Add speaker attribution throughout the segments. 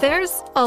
Speaker 1: There's a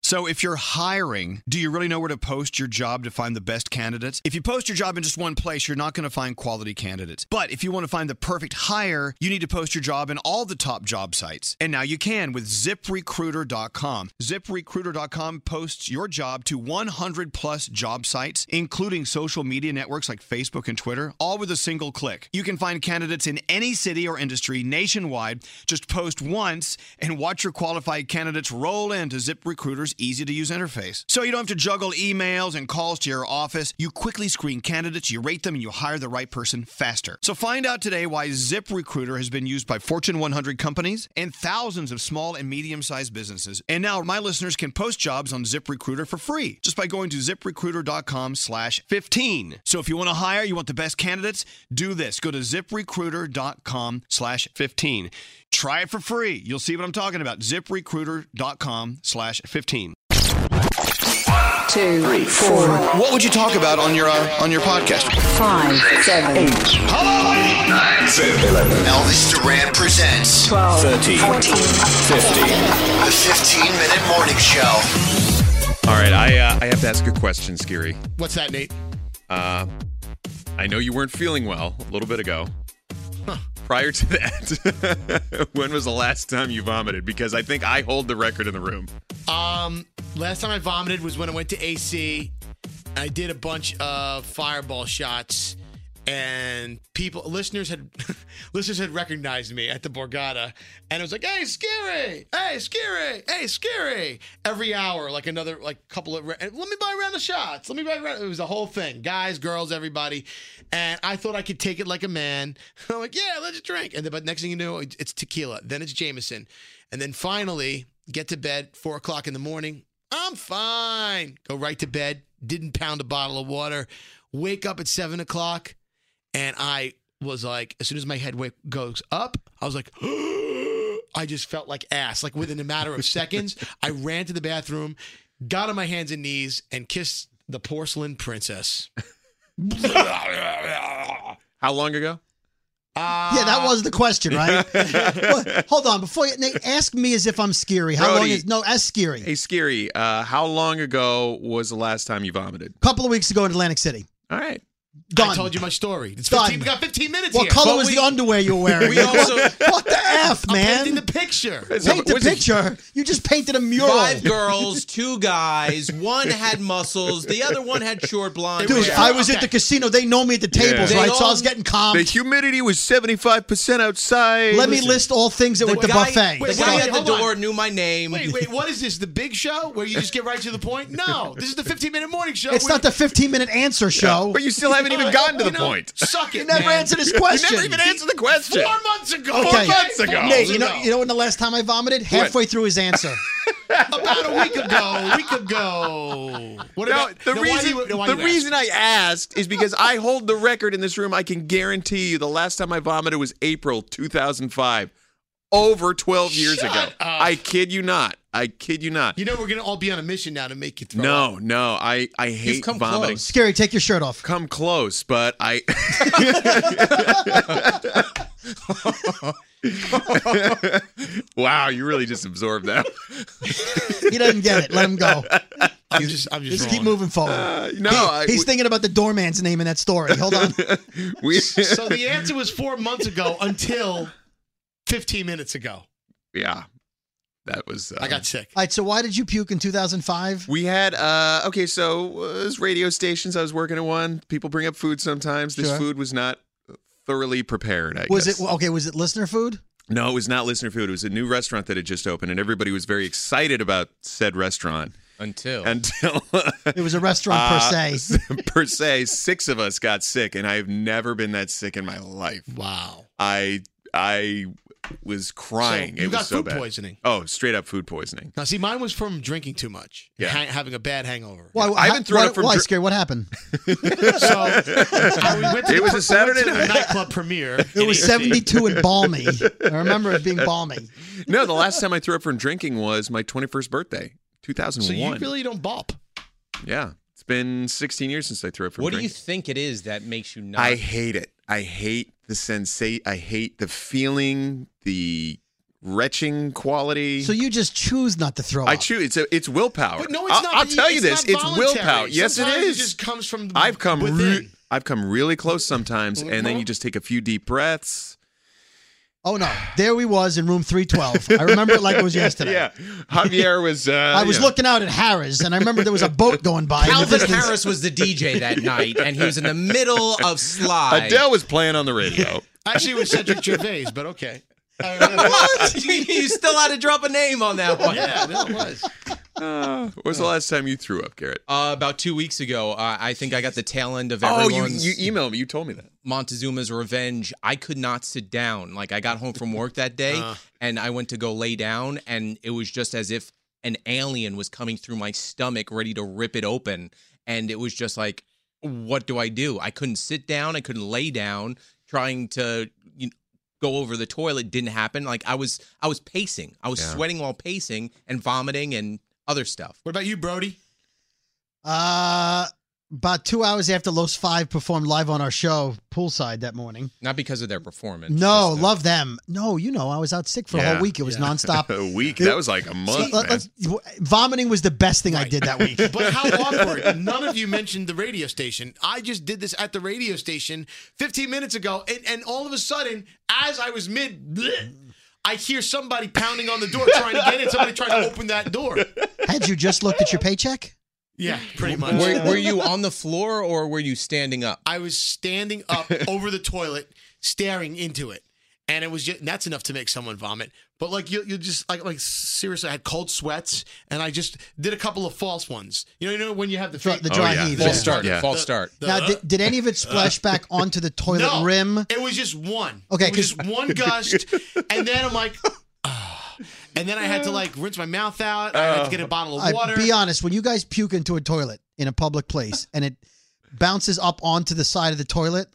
Speaker 2: So if you're hiring, do you really know where to post your job to find the best candidates? If you post your job in just one place, you're not going to find quality candidates. But if you want to find the perfect hire, you need to post your job in all the top job sites. And now you can with ziprecruiter.com. Ziprecruiter.com posts your job to 100 plus job sites, including social media networks like Facebook and Twitter, all with a single click. You can find candidates in any city or industry nationwide. Just post once and watch your qualified candidates roll into ZipRecruiter's easy to use interface. So you don't have to juggle emails and calls to your office. You quickly screen candidates, you rate them, and you hire the right person faster. So find out today why ZipRecruiter has been used by Fortune 100 companies and thousands of small and medium sized businesses. And now my listeners can post jobs on ZipRecruiter for free just by going to ziprecruiter.com slash 15. So if you want to hire, you want the best candidates, do this. Go to ziprecruiter.com slash 15. Try it for free. You'll see what I'm talking about. ZipRecruiter.com slash 15.
Speaker 3: two, three, four,
Speaker 2: What would you talk about on your uh, on your podcast?
Speaker 3: five, seven, eight,
Speaker 4: Elvis Duran presents
Speaker 3: 12, 13, 14,
Speaker 4: 15. the 15 minute morning show.
Speaker 5: All right, I uh, I have to ask a question, Skiri.
Speaker 6: What's that, Nate?
Speaker 5: Uh, I know you weren't feeling well a little bit ago. Prior to that, when was the last time you vomited? Because I think I hold the record in the room.
Speaker 6: Um, last time I vomited was when I went to AC. I did a bunch of fireball shots, and people, listeners had, listeners had recognized me at the Borgata, and it was like, "Hey, Scary! Hey, Scary! Hey, Scary!" Every hour, like another, like couple of, ra- let me buy a round of shots. Let me buy. A round. It was a whole thing, guys, girls, everybody, and I thought I could take it like a man. I'm like, "Yeah, let's drink," and then, but next thing you know, it- it's tequila, then it's Jameson, and then finally get to bed four o'clock in the morning. I'm fine. Go right to bed. Didn't pound a bottle of water. Wake up at seven o'clock, and I was like, as soon as my head wake goes up, I was like, I just felt like ass. Like within a matter of seconds, I ran to the bathroom, got on my hands and knees, and kissed the porcelain princess.
Speaker 5: How long ago?
Speaker 7: that was the question, right? Well, hold on, before you Nate, ask me as if I'm scary. How long
Speaker 5: Brody.
Speaker 7: is no? As scary.
Speaker 5: Hey, Scary, uh, how long ago was the last time you vomited?
Speaker 7: A couple of weeks ago in Atlantic City.
Speaker 5: All right.
Speaker 7: Done.
Speaker 6: I told you my story. It's
Speaker 7: Done.
Speaker 6: 15, we got 15 minutes
Speaker 7: What
Speaker 6: here.
Speaker 7: color was the underwear you were wearing?
Speaker 6: We also-
Speaker 7: what the f, man?
Speaker 6: in the picture.
Speaker 7: Paint the picture. You just painted a mural.
Speaker 8: Five girls, two guys. One had muscles. The other one had short blonde.
Speaker 7: Dude,
Speaker 8: hair.
Speaker 7: I was at the casino. They know me at the tables,
Speaker 8: They
Speaker 7: right? So I was
Speaker 8: all-
Speaker 7: getting calm.
Speaker 5: The humidity was 75% outside.
Speaker 7: Let me list all things that were at the
Speaker 8: guy-
Speaker 7: buffet.
Speaker 8: The guy at the door knew my name.
Speaker 6: Wait, wait, what is this? The big show where you just get right to the point? No, this is the 15 minute morning show.
Speaker 7: It's
Speaker 6: where
Speaker 7: not the 15 minute answer show.
Speaker 5: but you still haven't even gotten to the point.
Speaker 6: Suck it.
Speaker 7: You never
Speaker 6: man.
Speaker 7: answered his question.
Speaker 5: You never even answered the question.
Speaker 6: Four months ago.
Speaker 7: Okay.
Speaker 6: Four months ago.
Speaker 7: Nate, you know, you know when the last time I vomited? Halfway through his answer.
Speaker 6: about a week ago. A week ago. What
Speaker 5: No,
Speaker 6: about
Speaker 5: the
Speaker 6: no, why
Speaker 5: reason
Speaker 6: do you- no, why
Speaker 5: the
Speaker 6: do you ask?
Speaker 5: reason I asked is because I hold the record in this room. I can guarantee you the last time I vomited was April 2005, over 12 years
Speaker 6: Shut
Speaker 5: ago.
Speaker 6: up.
Speaker 5: I kid you not. I kid you not.
Speaker 6: You know we're gonna all be on a mission now to make you throw. up.
Speaker 5: no, no, I I hate
Speaker 6: come
Speaker 5: vomiting.
Speaker 6: close.
Speaker 7: Scary, take your shirt off.
Speaker 5: Come close, but I Wow, you really just absorbed that.
Speaker 7: He doesn't get it. Let him go.
Speaker 6: I'm just I'm just,
Speaker 7: Just keep
Speaker 6: rolling.
Speaker 7: moving forward.
Speaker 5: no,
Speaker 7: He-
Speaker 5: I-
Speaker 7: he's thinking about the doorman's name in that story. Hold on.
Speaker 5: We
Speaker 6: So the answer was four months ago until 15 minutes ago.
Speaker 5: Yeah. That was uh,
Speaker 6: I got sick.
Speaker 7: All right, so why did you puke in 2005?
Speaker 5: We had uh okay, so uh, it was radio stations. I was working at one. People bring up food sometimes. This
Speaker 7: Sure.
Speaker 5: food was not thoroughly prepared. I
Speaker 7: Was
Speaker 5: guess.
Speaker 7: it okay? Was it listener food?
Speaker 5: No, it was not listener food. It was a new restaurant that had just opened, and everybody was very excited about said restaurant
Speaker 8: Until
Speaker 5: until uh,
Speaker 7: It was a restaurant per se.
Speaker 5: per se, six of us got sick, and I have never been that sick in my life.
Speaker 6: Wow.
Speaker 5: I I was crying.
Speaker 6: So you
Speaker 5: it
Speaker 6: got
Speaker 5: was so
Speaker 6: food
Speaker 5: bad.
Speaker 6: poisoning.
Speaker 5: Oh, straight up food poisoning.
Speaker 6: Now, see, mine was from drinking too much,
Speaker 5: Yeah.
Speaker 6: ha- having a bad hangover.
Speaker 7: Why,
Speaker 5: I haven't thrown
Speaker 7: why,
Speaker 5: up from
Speaker 7: why,
Speaker 5: dr-
Speaker 7: Scary? What happened?
Speaker 6: So I- we went to the
Speaker 5: It was a
Speaker 6: we went
Speaker 5: Saturday
Speaker 6: to the
Speaker 5: night.
Speaker 6: nightclub premiere.
Speaker 7: It was 72 and balmy. I remember it being balmy.
Speaker 5: No, the last time I threw up from drinking was my 21st birthday,
Speaker 6: So
Speaker 5: 2001.
Speaker 6: you really don't bop.
Speaker 5: Yeah. It's been 16 years since I threw up from
Speaker 8: what do you
Speaker 5: drinking.
Speaker 8: think it is that makes you not?
Speaker 5: I hate it. I hate the sensate. I hate the feeling, the retching quality.
Speaker 7: So you just choose not to throw
Speaker 5: I
Speaker 7: up.
Speaker 5: choose. It's a, it's willpower.
Speaker 6: But no, it's
Speaker 5: I'll,
Speaker 6: not.
Speaker 5: I'll tell you
Speaker 6: it's
Speaker 5: this.
Speaker 6: not
Speaker 5: It's
Speaker 6: voluntary.
Speaker 5: willpower. Yes, it
Speaker 6: Sometimes
Speaker 5: is.
Speaker 6: It just comes from.
Speaker 5: I've come. re-
Speaker 6: within.
Speaker 5: I've come really close sometimes, and then
Speaker 6: Mhm.
Speaker 5: you just take a few deep breaths.
Speaker 7: Oh no, there we was in room 312. I remember it like it was yesterday.
Speaker 5: Yeah, Javier was. Uh,
Speaker 7: I was
Speaker 5: you know,
Speaker 7: looking out at Harris, and I remember there was a boat going by. in the
Speaker 8: Calvin
Speaker 7: distance.
Speaker 8: Harris was the DJ that night, and he was in the middle of Sly.
Speaker 5: Adele was playing on the radio.
Speaker 6: Actually, it was Cedric Gervais, but okay.
Speaker 8: What? you, you still had to drop a name on that one.
Speaker 6: yeah, that was.
Speaker 5: uh, when was the last time you threw up, Garrett?
Speaker 8: Uh, about two weeks ago, uh, I think I got the tail end of
Speaker 5: Oh, you,
Speaker 8: everyone's
Speaker 5: you emailed me. You told me that.
Speaker 8: Montezuma's Revenge. I could not sit down. Like I got home from work that day,
Speaker 6: Uh.
Speaker 8: and I went to go lay down, and it was just as if an alien was coming through my stomach, ready to rip it open. And it was just like, what do I do? I couldn't sit down. I couldn't lay down. Trying to you know, go over the toilet didn't happen. Like I was, I was pacing. I was
Speaker 5: Yeah.
Speaker 8: sweating while pacing and vomiting and other stuff.
Speaker 6: What about you, Brody?
Speaker 7: Uh, about two hours after Los Five performed live on our show poolside that morning.
Speaker 8: Not because of their performance.
Speaker 6: uh,
Speaker 7: No,
Speaker 8: just the-
Speaker 7: love them. No, you know I was out sick for a
Speaker 5: Yeah.
Speaker 7: whole week. It was nonstop.
Speaker 5: A week. That was like a month,
Speaker 7: Let-
Speaker 5: man.
Speaker 7: let's- vomiting was the best thing I did that week.
Speaker 6: But how awkward. None of you mentioned the radio station. I just did this at the radio station 15 minutes ago, and, and all of a sudden, as I was mid, bleh, I hear somebody pounding on the door trying to get in. Somebody trying to open that door.
Speaker 7: Had you just looked at your paycheck?
Speaker 6: Yeah, pretty much.
Speaker 8: Were, were you on the floor or were you standing up?
Speaker 6: I was standing up over the toilet, staring into it, and it was just that's enough to make someone vomit. But like you, you just like like seriously, I had cold sweats, and I just did a couple of false ones. You know, you know when you have the
Speaker 7: Dry-
Speaker 6: fake-
Speaker 7: the dry
Speaker 5: Oh, yeah.
Speaker 7: heave.
Speaker 8: False
Speaker 7: yeah.
Speaker 8: start.
Speaker 5: Yeah.
Speaker 8: False start.
Speaker 6: the-
Speaker 7: Now, did, did any of it splash back onto the toilet
Speaker 6: No,
Speaker 7: rim?
Speaker 6: It was just one.
Speaker 7: Okay,
Speaker 6: it was just one gust, and then I'm like. ah. And then I had to like rinse my mouth out. I
Speaker 5: Uh,
Speaker 6: had to get a bottle
Speaker 7: I-
Speaker 6: of water.
Speaker 7: be honest, when you guys puke into a toilet in a public place and it bounces up onto the side of the toilet,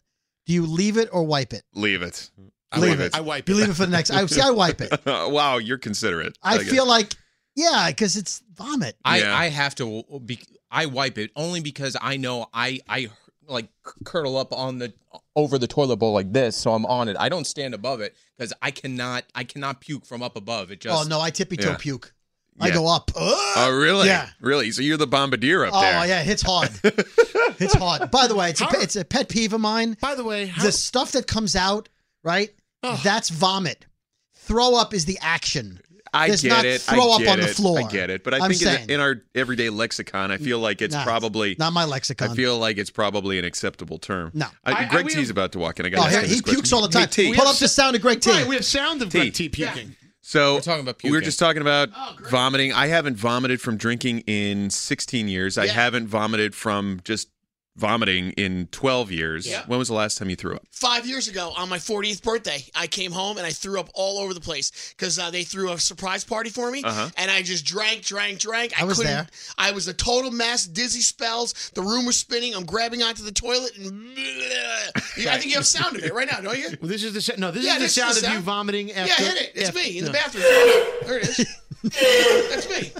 Speaker 7: do you leave it or wipe it?
Speaker 5: Leave it.
Speaker 6: I
Speaker 7: leave
Speaker 6: wipe
Speaker 7: it.
Speaker 6: I wipe
Speaker 7: You
Speaker 6: it.
Speaker 7: leave it for the next. I see. I wipe it.
Speaker 5: wow, you're considerate.
Speaker 7: I
Speaker 5: guess.
Speaker 7: feel like yeah, because it's vomit.
Speaker 8: I,
Speaker 5: Yeah.
Speaker 8: I have to. Be, I wipe it only because I know I I like c- curl up on the over the toilet bowl like this, so I'm on it. I don't stand above it because I cannot I cannot puke from up above. It just
Speaker 7: oh no, I tippy toe
Speaker 5: Yeah.
Speaker 7: puke. I
Speaker 5: Yeah.
Speaker 7: go up.
Speaker 5: Oh, really?
Speaker 7: Yeah.
Speaker 5: Really? So you're the bombardier up
Speaker 7: oh
Speaker 5: there.
Speaker 7: yeah, it hits hard. it's hard. By the way, it's a, pe- it's a pet peeve of mine.
Speaker 6: By the way,
Speaker 7: the stuff that comes out right, that's vomit. Throw up is the action.
Speaker 5: I
Speaker 7: There's
Speaker 5: get
Speaker 7: not
Speaker 5: it.
Speaker 7: Throw
Speaker 5: I
Speaker 7: up
Speaker 5: get
Speaker 7: on
Speaker 5: it.
Speaker 7: the floor.
Speaker 5: I get it. But I
Speaker 7: I'm
Speaker 5: think in-
Speaker 7: saying.
Speaker 5: in, our everyday lexicon, I feel like it's
Speaker 7: Nah,
Speaker 5: probably
Speaker 7: not my lexicon.
Speaker 5: I feel like it's probably an acceptable term.
Speaker 7: No. I-
Speaker 5: I, Greg
Speaker 7: I-
Speaker 5: T's about to walk in. I got
Speaker 7: Oh, he-
Speaker 5: to ask him
Speaker 7: he
Speaker 5: this question.
Speaker 7: pukes all the
Speaker 5: Hey,
Speaker 7: time.
Speaker 5: T.
Speaker 7: Pull up the sound of Greg T.
Speaker 6: Right, we have sound of
Speaker 5: Tea.
Speaker 6: Greg T puking.
Speaker 5: So we're talking about we were just talking about
Speaker 9: Oh,
Speaker 5: vomiting. I haven't vomited from drinking in 16 years. I haven't vomited from just vomiting in 12 years.
Speaker 9: Yeah.
Speaker 5: When was the last time you threw up?
Speaker 9: Five years ago, on my 40th birthday, I came home and I threw up all over the place because uh, they threw a surprise party for me,
Speaker 5: Uh-huh.
Speaker 9: and I just drank, drank, drank. I,
Speaker 7: I was
Speaker 9: couldn't.
Speaker 7: there.
Speaker 9: I was a total mess, dizzy spells. The room was spinning. I'm grabbing onto the toilet, and Yeah, I think you have sound of it right now, don't you?
Speaker 6: Well, this is the sa- no. This
Speaker 9: Yeah,
Speaker 6: is the
Speaker 9: this is
Speaker 6: sound
Speaker 9: the
Speaker 6: of you
Speaker 9: sound.
Speaker 6: vomiting.
Speaker 9: Yeah,
Speaker 6: After,
Speaker 9: hit it. It's
Speaker 6: after-
Speaker 9: me in the
Speaker 6: no.
Speaker 9: bathroom. There it is. That's me.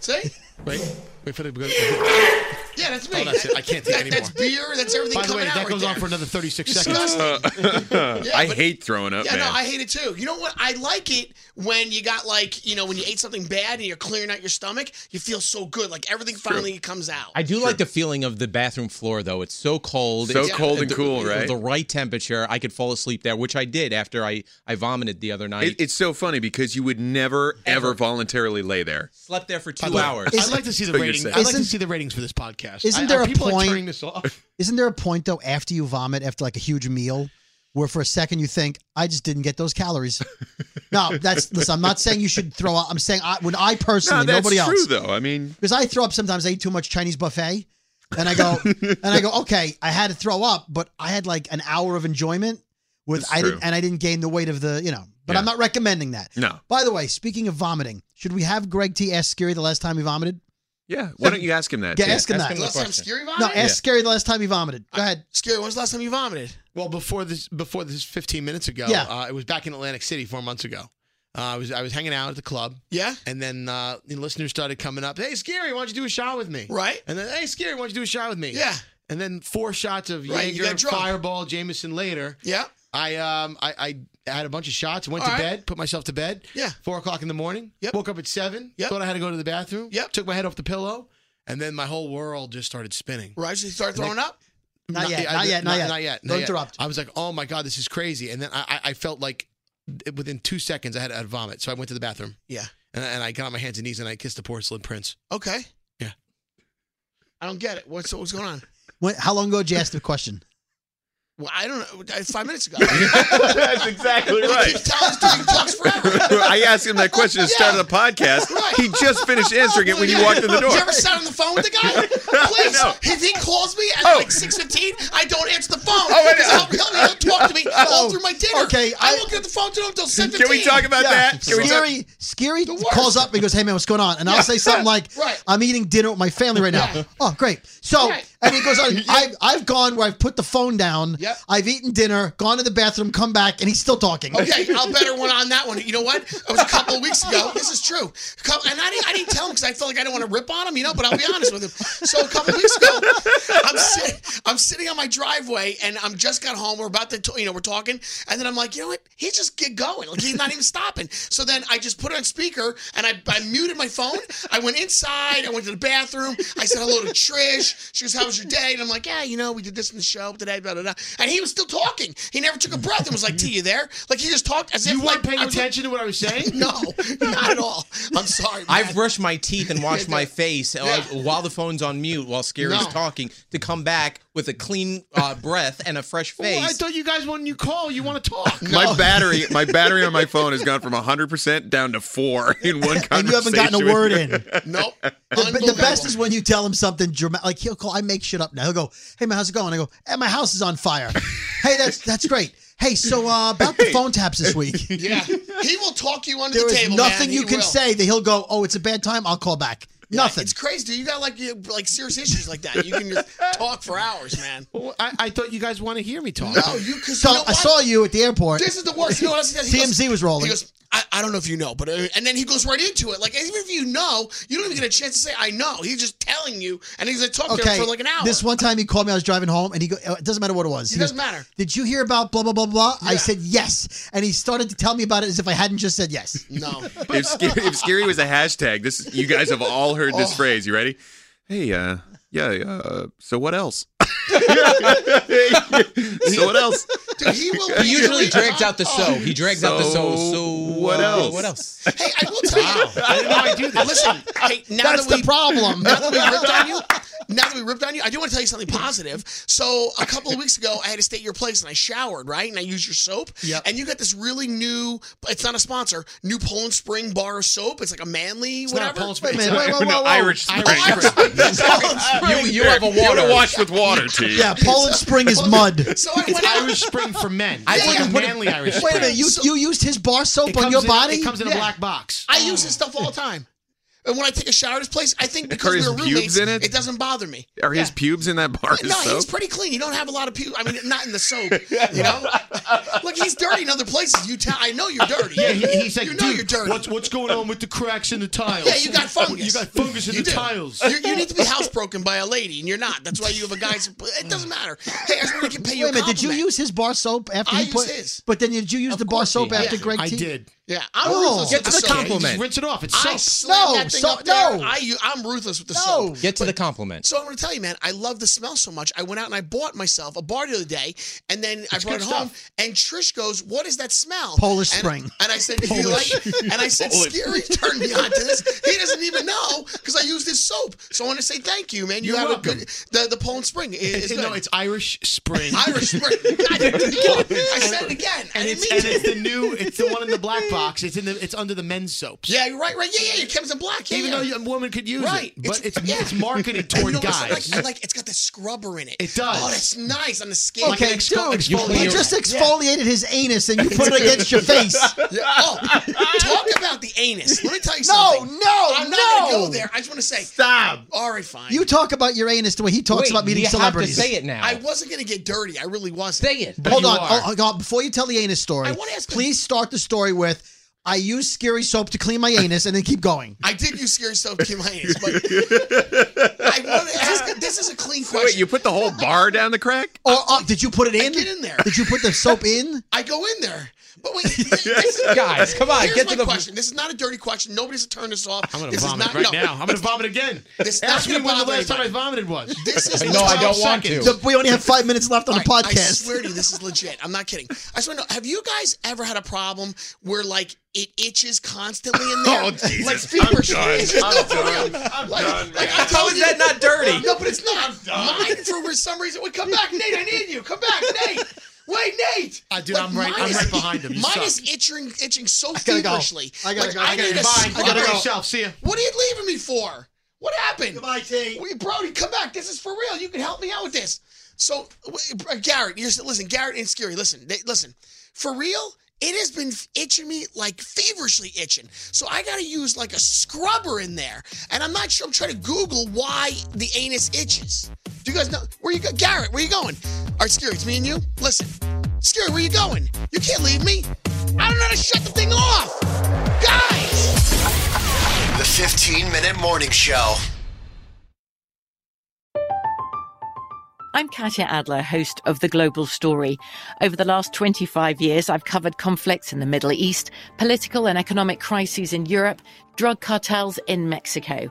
Speaker 9: See?
Speaker 6: Wait, wait for the.
Speaker 9: Yeah, that's me.
Speaker 6: Oh, that's it. I can't take
Speaker 9: That-
Speaker 6: anymore.
Speaker 9: That's beer. That's everything
Speaker 6: By the
Speaker 9: coming
Speaker 6: way,
Speaker 9: out
Speaker 6: that
Speaker 9: right
Speaker 6: goes
Speaker 9: there.
Speaker 6: on for another 36
Speaker 9: It's
Speaker 6: seconds.
Speaker 5: I
Speaker 9: but-
Speaker 5: hate throwing up,
Speaker 9: yeah,
Speaker 5: man.
Speaker 9: no, I hate it too. You know what? I like it when you got like, you know, when you ate something bad and you're clearing out your stomach, you feel so good. Like everything finally comes out.
Speaker 8: I do like the feeling of the bathroom floor, though. It's so cold,
Speaker 5: So
Speaker 8: It's-
Speaker 5: cold and
Speaker 8: the-
Speaker 5: cool,
Speaker 8: the-
Speaker 5: right?
Speaker 8: The right temperature. I could fall asleep there, which I did after I I vomited the other night.
Speaker 5: It- it's so funny because you would never ever, voluntarily lay there.
Speaker 8: Slept there for
Speaker 6: By
Speaker 8: two
Speaker 6: the way,
Speaker 8: hours.
Speaker 6: I'd like to see the
Speaker 5: But you're
Speaker 6: ratings.
Speaker 5: sick.
Speaker 6: I'd like to
Speaker 5: Isn't-
Speaker 6: see the ratings for this podcast.
Speaker 7: Isn't
Speaker 6: I-
Speaker 7: there
Speaker 6: are
Speaker 7: a
Speaker 6: people like,
Speaker 7: point?
Speaker 6: turning this off?
Speaker 7: Isn't there a point though after you vomit after like a huge meal where for a second you think I just didn't get those calories? no, that's listen. I'm not saying you should throw up. I'm saying I, when I personally,
Speaker 5: no, that's
Speaker 7: nobody
Speaker 5: true
Speaker 7: else,
Speaker 5: though. I mean,
Speaker 7: because I throw up sometimes. I eat too much Chinese buffet, and I go and I go. Okay, I had to throw up, but I had like an hour of enjoyment with
Speaker 5: That's
Speaker 7: I
Speaker 5: true.
Speaker 7: didn't and I didn't gain the weight of the you know. But I'm
Speaker 5: Yeah.
Speaker 7: not recommending that.
Speaker 5: no.
Speaker 7: By the way, speaking of vomiting, should we have Greg T ask Scary the last time he vomited?
Speaker 5: Yeah. Why don't you ask him that?
Speaker 7: Yeah,
Speaker 5: Jay?
Speaker 7: ask him that.
Speaker 9: Last time Scary
Speaker 7: No,
Speaker 9: vomited?
Speaker 7: ask Scary the last time he vomited. Go ahead.
Speaker 9: Scary, when's the last time you vomited?
Speaker 6: Well, before this, before this, 15 minutes ago,
Speaker 7: Yeah.
Speaker 6: uh, it was back in Atlantic City four months ago. Uh, I was I was hanging out at the club. Yeah. And then uh, you know, listeners started coming up. Hey, Scary, why don't you do a shot with me?
Speaker 9: Right.
Speaker 6: And then, hey, Scary, why don't you do a shot with me?
Speaker 9: Yeah.
Speaker 6: And then four shots of
Speaker 9: Right, you
Speaker 6: Jaeger,
Speaker 9: got drunk.
Speaker 6: Fireball, Jameson later.
Speaker 9: Yeah.
Speaker 6: I um I, I had a bunch of shots. Went
Speaker 9: All
Speaker 6: to
Speaker 9: right.
Speaker 6: bed. Put myself to bed.
Speaker 9: Yeah.
Speaker 6: Four o'clock in the morning. Yep. Woke up at seven.
Speaker 9: Yep.
Speaker 6: Thought I had to go to the bathroom.
Speaker 9: Yep.
Speaker 6: Took my head off the pillow, and then my whole world just started spinning.
Speaker 9: Right? So you start
Speaker 6: And I-
Speaker 9: throwing up?
Speaker 7: Not yet,
Speaker 6: I-
Speaker 7: not yet, not yet.
Speaker 6: Not yet.
Speaker 7: Don't interrupt.
Speaker 6: I was like, oh my god, this is crazy. And then I, I I felt like th- within two seconds I had a vomit, so I went to the bathroom.
Speaker 9: Yeah.
Speaker 6: And, and I got on my hands and knees and I kissed the porcelain prince.
Speaker 9: Okay.
Speaker 6: Yeah.
Speaker 9: I don't get it. What's what's going on?
Speaker 7: When, how long ago did you ask the question?
Speaker 9: Well, I don't know. It's Five minutes ago.
Speaker 5: That's exactly right. I asked him that question at the start of the podcast. He just finished answering it when you walked in the door.
Speaker 9: Did you ever sat on the phone with the guy? Please.
Speaker 5: No.
Speaker 9: If he calls me at
Speaker 5: Oh.
Speaker 9: like 6.15, I don't answer the phone.
Speaker 5: Oh, I know.
Speaker 9: Because he'll, he'll, he'll talk to me all
Speaker 7: Oh,
Speaker 9: through my dinner.
Speaker 7: okay,
Speaker 9: I,
Speaker 7: I-
Speaker 9: won't get the phone to him until 7.15.
Speaker 5: Can we talk about
Speaker 7: Yeah.
Speaker 5: that? Can we talk-
Speaker 7: Scary, Scary calls up and goes, "Hey man, what's going on?" And I'll say something like,
Speaker 9: Right.
Speaker 7: "I'm eating dinner with my family right now." Oh, great. So,
Speaker 9: Right.
Speaker 7: and he goes, on, "I've I've gone where I've put the phone down.
Speaker 9: Yep.
Speaker 7: I've eaten dinner, gone to the bathroom, come back, and he's still talking."
Speaker 9: Okay, I'll bet her one on that one. You know what? It was a couple of weeks ago. This is true. Couple, and I didn't, I didn't tell him because I felt like I didn't want to rip on him, you know. But I'll be honest with him. So a couple of weeks ago, I'm sit, I'm sitting on my driveway and I'm just got home. We're about to, t- you know, we're talking, and then I'm like, you know what? He just get going. Like he's not even stopping. So then I just put it on speaker and I, I muted my phone. I went inside. I went to the bathroom. I said hello to Trish. She goes, "How was your day?" And I'm like, "Yeah, you know, we did this in the show today." Blah, blah, blah. And he was still talking. He never took a breath and was like, "T, you there?" Like he just talked as if
Speaker 6: You
Speaker 9: like
Speaker 6: weren't paying
Speaker 9: I'm t-
Speaker 6: attention to what I was saying.
Speaker 9: no, not at all. I'm sorry.
Speaker 8: I've brushed my teeth and washed my face uh,
Speaker 9: Yeah.
Speaker 8: while the phone's on mute while Scary's
Speaker 6: No.
Speaker 8: talking to come back with a clean uh, breath and a fresh face.
Speaker 6: Well, I thought you guys when you call, you want to talk.
Speaker 5: My battery, my battery on my phone has gone from 100% down to 4 in one conversation.
Speaker 7: And you haven't gotten a word in.
Speaker 9: Nope.
Speaker 7: The, the best is when you tell him something dramatic. Like he'll call, I make shit up now. He'll go, "Hey man, how's it going?" I go, "Eh, "My house is on fire." hey, that's that's great. Hey, so uh, about the phone taps this week.
Speaker 9: Yeah, he will talk you under
Speaker 7: There
Speaker 9: the
Speaker 7: is
Speaker 9: table.
Speaker 7: nothing
Speaker 9: man.
Speaker 7: you
Speaker 9: He
Speaker 7: can
Speaker 9: will.
Speaker 7: say that he'll go, "Oh, it's a bad time. I'll call back." nothing.
Speaker 9: It's crazy, dude. You got like you, like serious issues like that. You can just talk for hours, man.
Speaker 6: Well, I, I thought you guys want to hear me talk.
Speaker 9: No, you because
Speaker 7: So
Speaker 9: you know
Speaker 7: I
Speaker 9: what?
Speaker 7: saw you at the airport.
Speaker 9: This is the worst. You know what else he does? He goes-
Speaker 7: TMZ was rolling.
Speaker 9: He goes, I, I don't know if you know, but uh, and then he goes right into it. Like even if you know, you don't even get a chance to say I know. He's just telling you, and he's like talking
Speaker 7: Okay.
Speaker 9: for like an hour.
Speaker 7: This one time he called me. I was driving home, and he go. uh, It doesn't matter what it was.
Speaker 9: It
Speaker 7: He
Speaker 9: doesn't
Speaker 7: goes,
Speaker 9: matter.
Speaker 7: Did you hear about blah blah blah blah? I said yes, and he started to tell me about it as if I hadn't just said yes.
Speaker 9: No.
Speaker 5: If scary, if scary was a hashtag, this you guys have all heard this
Speaker 7: Oh.
Speaker 5: phrase. You ready? Hey, uh, yeah. Uh, so what else? so what else?
Speaker 8: He usually drags out the so. He drags out the so.
Speaker 5: So
Speaker 8: So
Speaker 5: what
Speaker 8: uh,
Speaker 5: else?
Speaker 8: What else?
Speaker 9: I will tell you. I didn't know I do this. Listen, hey, now
Speaker 7: That's
Speaker 9: that we,
Speaker 7: the problem.
Speaker 9: Now that we ripped on you, now that we ripped on you, I do want to tell you something positive. So a couple of weeks ago, I had to stay at your place and I showered, right? And I used your soap.
Speaker 7: Yep.
Speaker 9: And you got this really new. It's not a sponsor. New Poland Spring bar soap. It's like a manly
Speaker 6: It's not
Speaker 9: whatever.
Speaker 6: Poland Spring.
Speaker 5: Wait a minute, whoa, whoa, No, whoa, whoa. Irish Spring.
Speaker 9: Oh, Irish Spring.
Speaker 8: You, you have a
Speaker 5: You would
Speaker 8: water.
Speaker 5: have washed with water, T.
Speaker 7: Yeah, Poland Spring is mud.
Speaker 9: So I went out.
Speaker 6: Irish Spring for men.
Speaker 7: I
Speaker 6: It's like
Speaker 7: wouldn't
Speaker 6: a
Speaker 7: put it-
Speaker 6: manly Irish
Speaker 7: Wait a
Speaker 6: Spring.
Speaker 7: minute, you you used his bar soap on your
Speaker 6: comes in-
Speaker 7: body?
Speaker 6: It comes in
Speaker 7: Yeah.
Speaker 6: a black box.
Speaker 9: I
Speaker 7: Oh,
Speaker 9: use this stuff all the time. And when I take a shower at this place, I think because
Speaker 5: Are his
Speaker 9: we were roommates,
Speaker 5: pubes in it?
Speaker 9: doesn't bother me.
Speaker 5: Are his pubes in that bar?
Speaker 9: No,
Speaker 5: so?
Speaker 9: he's pretty clean. You don't have a lot of people. I mean, not in the soap. You know, look, he's dirty in other places. You tell. I know you're dirty.
Speaker 6: Yeah, he, he's like,
Speaker 9: you know
Speaker 6: dude,
Speaker 9: you're dirty.
Speaker 6: what's what's going on with the cracks in the tiles?
Speaker 9: yeah, you got fungus.
Speaker 6: You got fungus in
Speaker 9: You
Speaker 6: the
Speaker 9: do.
Speaker 6: tiles.
Speaker 9: You're- you need to be housebroken by a lady, and you're not. That's why you have a guy's. It doesn't matter. Hey, I just want to pay you
Speaker 7: Wait a
Speaker 9: a
Speaker 7: minute, did you
Speaker 9: compliment.
Speaker 7: use his bar soap after
Speaker 9: I
Speaker 7: he put?
Speaker 9: used his.
Speaker 7: But then did you use the bar soap after Greg
Speaker 6: I
Speaker 7: T?
Speaker 6: did.
Speaker 9: Yeah, I'm
Speaker 7: Oh,
Speaker 9: ruthless. with
Speaker 7: get to
Speaker 9: the
Speaker 7: the
Speaker 9: soap.
Speaker 8: compliment.
Speaker 6: Just rinse it off. It's
Speaker 9: I
Speaker 6: soap.
Speaker 9: slam
Speaker 7: No,
Speaker 9: that thing
Speaker 7: soap-
Speaker 9: up there.
Speaker 7: no.
Speaker 9: I, u- I'm ruthless with the soap.
Speaker 8: Get to the compliment.
Speaker 9: So I'm going to tell you, man, I love the smell so much. I went out and I bought myself a bar the other day, and then I brought it
Speaker 6: good
Speaker 9: home. And Trish goes, "What is that smell?"
Speaker 7: Polish
Speaker 9: and,
Speaker 7: Spring.
Speaker 9: And I said, "Do you like it?" And I said,
Speaker 6: Polish.
Speaker 9: "Scary turned me on to this. He doesn't even know because I used his soap." So I want to say thank you, man. You
Speaker 6: You're
Speaker 9: have
Speaker 6: welcome.
Speaker 9: a good the the Poland Spring. i- Is,
Speaker 6: It's,
Speaker 9: good.
Speaker 6: no, it's Irish Spring.
Speaker 9: Irish Spring. God, I said it again. I
Speaker 6: and
Speaker 9: didn't
Speaker 6: it's
Speaker 9: mean
Speaker 6: and
Speaker 9: it.
Speaker 6: it's the new. It's the one in the black box. It's in the. It's under the men's soaps.
Speaker 9: Yeah, you're right, right. Yeah, yeah. It comes in black. Yeah,
Speaker 6: Even
Speaker 9: yeah.
Speaker 6: though you- a woman could use
Speaker 9: Right.
Speaker 6: it, but
Speaker 9: It's-
Speaker 6: it's
Speaker 9: yeah.
Speaker 6: it's marketed
Speaker 9: And
Speaker 6: toward
Speaker 9: you know what's
Speaker 6: guys.
Speaker 9: Like, I like it's got the scrubber in it.
Speaker 6: It does.
Speaker 9: Oh, that's nice on the skin.
Speaker 7: Okay,
Speaker 6: exfol-
Speaker 7: dude,
Speaker 6: exfoliate
Speaker 7: he
Speaker 6: it.
Speaker 7: just exfoliated his anus and you put it against your face.
Speaker 9: Yeah. Oh, talk about the anus. Let me tell you
Speaker 7: No,
Speaker 9: something.
Speaker 7: no,
Speaker 9: I'm not
Speaker 7: no.
Speaker 9: gonna go there. I just want to say,
Speaker 6: Stop.
Speaker 9: all right, fine.
Speaker 7: You talk about your anus the way he talks
Speaker 8: Wait,
Speaker 7: about meeting
Speaker 8: you
Speaker 7: celebrities.
Speaker 8: have to say it now.
Speaker 9: I wasn't gonna get dirty. I really wasn't.
Speaker 8: say it.
Speaker 7: Hold
Speaker 6: You
Speaker 7: on,
Speaker 6: are.
Speaker 7: oh, oh, God, before you tell the anus story,
Speaker 9: I wanna ask a-
Speaker 7: please start the story with I use scary soap to clean my anus and then keep going.
Speaker 9: I did use scary soap to keep my anus, but I want to ask. This is a clean
Speaker 5: So wait,
Speaker 9: question.
Speaker 5: you put the whole bar down the crack?
Speaker 7: Or uh, did you put it
Speaker 9: I
Speaker 7: in?
Speaker 9: get in there.
Speaker 7: Did you put the soap in?
Speaker 9: I go in there, but wait, this is,
Speaker 8: Guys, come on,
Speaker 9: Here's
Speaker 8: get
Speaker 9: my
Speaker 8: to the-
Speaker 9: question. This is not a dirty question. Nobody's gonna turn this off.
Speaker 6: I'm gonna
Speaker 9: this
Speaker 6: vomit
Speaker 9: is not,
Speaker 6: right
Speaker 9: no.
Speaker 6: now. I'm gonna vomit again.
Speaker 9: It's not
Speaker 6: Ask me
Speaker 9: gonna
Speaker 6: when the
Speaker 9: bother
Speaker 6: last time I
Speaker 9: anybody.
Speaker 6: vomited was.
Speaker 9: This is
Speaker 8: No, I don't
Speaker 6: 12
Speaker 8: want
Speaker 6: seconds.
Speaker 8: to.
Speaker 7: The- we only have five minutes left on the
Speaker 9: All right, I
Speaker 7: podcast.
Speaker 9: swear to you, this is legit. I'm not kidding. I swear to have you guys ever had a problem where like it itches constantly in there?
Speaker 5: Oh, Jesus.
Speaker 9: Like fever
Speaker 5: I'm done.
Speaker 9: itches. No,
Speaker 5: I'm
Speaker 9: for
Speaker 5: done.
Speaker 9: real.
Speaker 5: I'm
Speaker 9: like,
Speaker 5: done,
Speaker 9: Like,
Speaker 5: man.
Speaker 9: I'm telling
Speaker 8: How is
Speaker 9: you-
Speaker 8: that not dirty?
Speaker 9: No, but it's not. Mine for some reason would come back. Nate, I need you. Come back, Nate. Wait, Nate.
Speaker 6: Uh, dude, I'm right-
Speaker 9: mine
Speaker 6: I'm
Speaker 9: is-
Speaker 6: right behind him. You
Speaker 9: mine
Speaker 6: suck.
Speaker 9: is itching, itching so
Speaker 7: gotta go.
Speaker 9: feverishly.
Speaker 7: I gotta
Speaker 9: Like,
Speaker 7: go. I gotta
Speaker 9: need a-
Speaker 6: Bye.
Speaker 7: I gotta
Speaker 6: Bye
Speaker 7: go.
Speaker 6: yourself. See ya.
Speaker 9: What are you leaving me for? What happened?
Speaker 7: Goodbye, T.
Speaker 9: Wait, Brody, come back. This is for real. You can help me out with this. So, wait, uh, Garrett, you're, listen, Garrett and Scary, listen, they, listen. For real, it has been itching me like feverishly itching. So I got to use like a scrubber in there, and I'm not sure. I'm trying to Google why the anus itches. Do you guys know where you go, Garrett? Where you going? All right, Scary, it's me and you. Listen, Scary, where you going? You can't leave me. I don't know how to shut the thing off, guys.
Speaker 4: The 15 Minute Morning Show.
Speaker 10: I'm Katya Adler, host of The Global Story. Over the last 25 years, I've covered conflicts in the Middle East, political and economic crises in Europe, drug cartels in Mexico.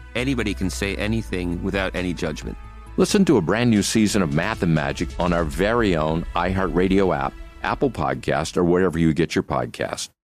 Speaker 11: anybody can say anything without any judgment.
Speaker 12: Listen to a brand new season of Math and Magic on our very own iHeartRadio app, Apple Podcast, or wherever you get your podcast.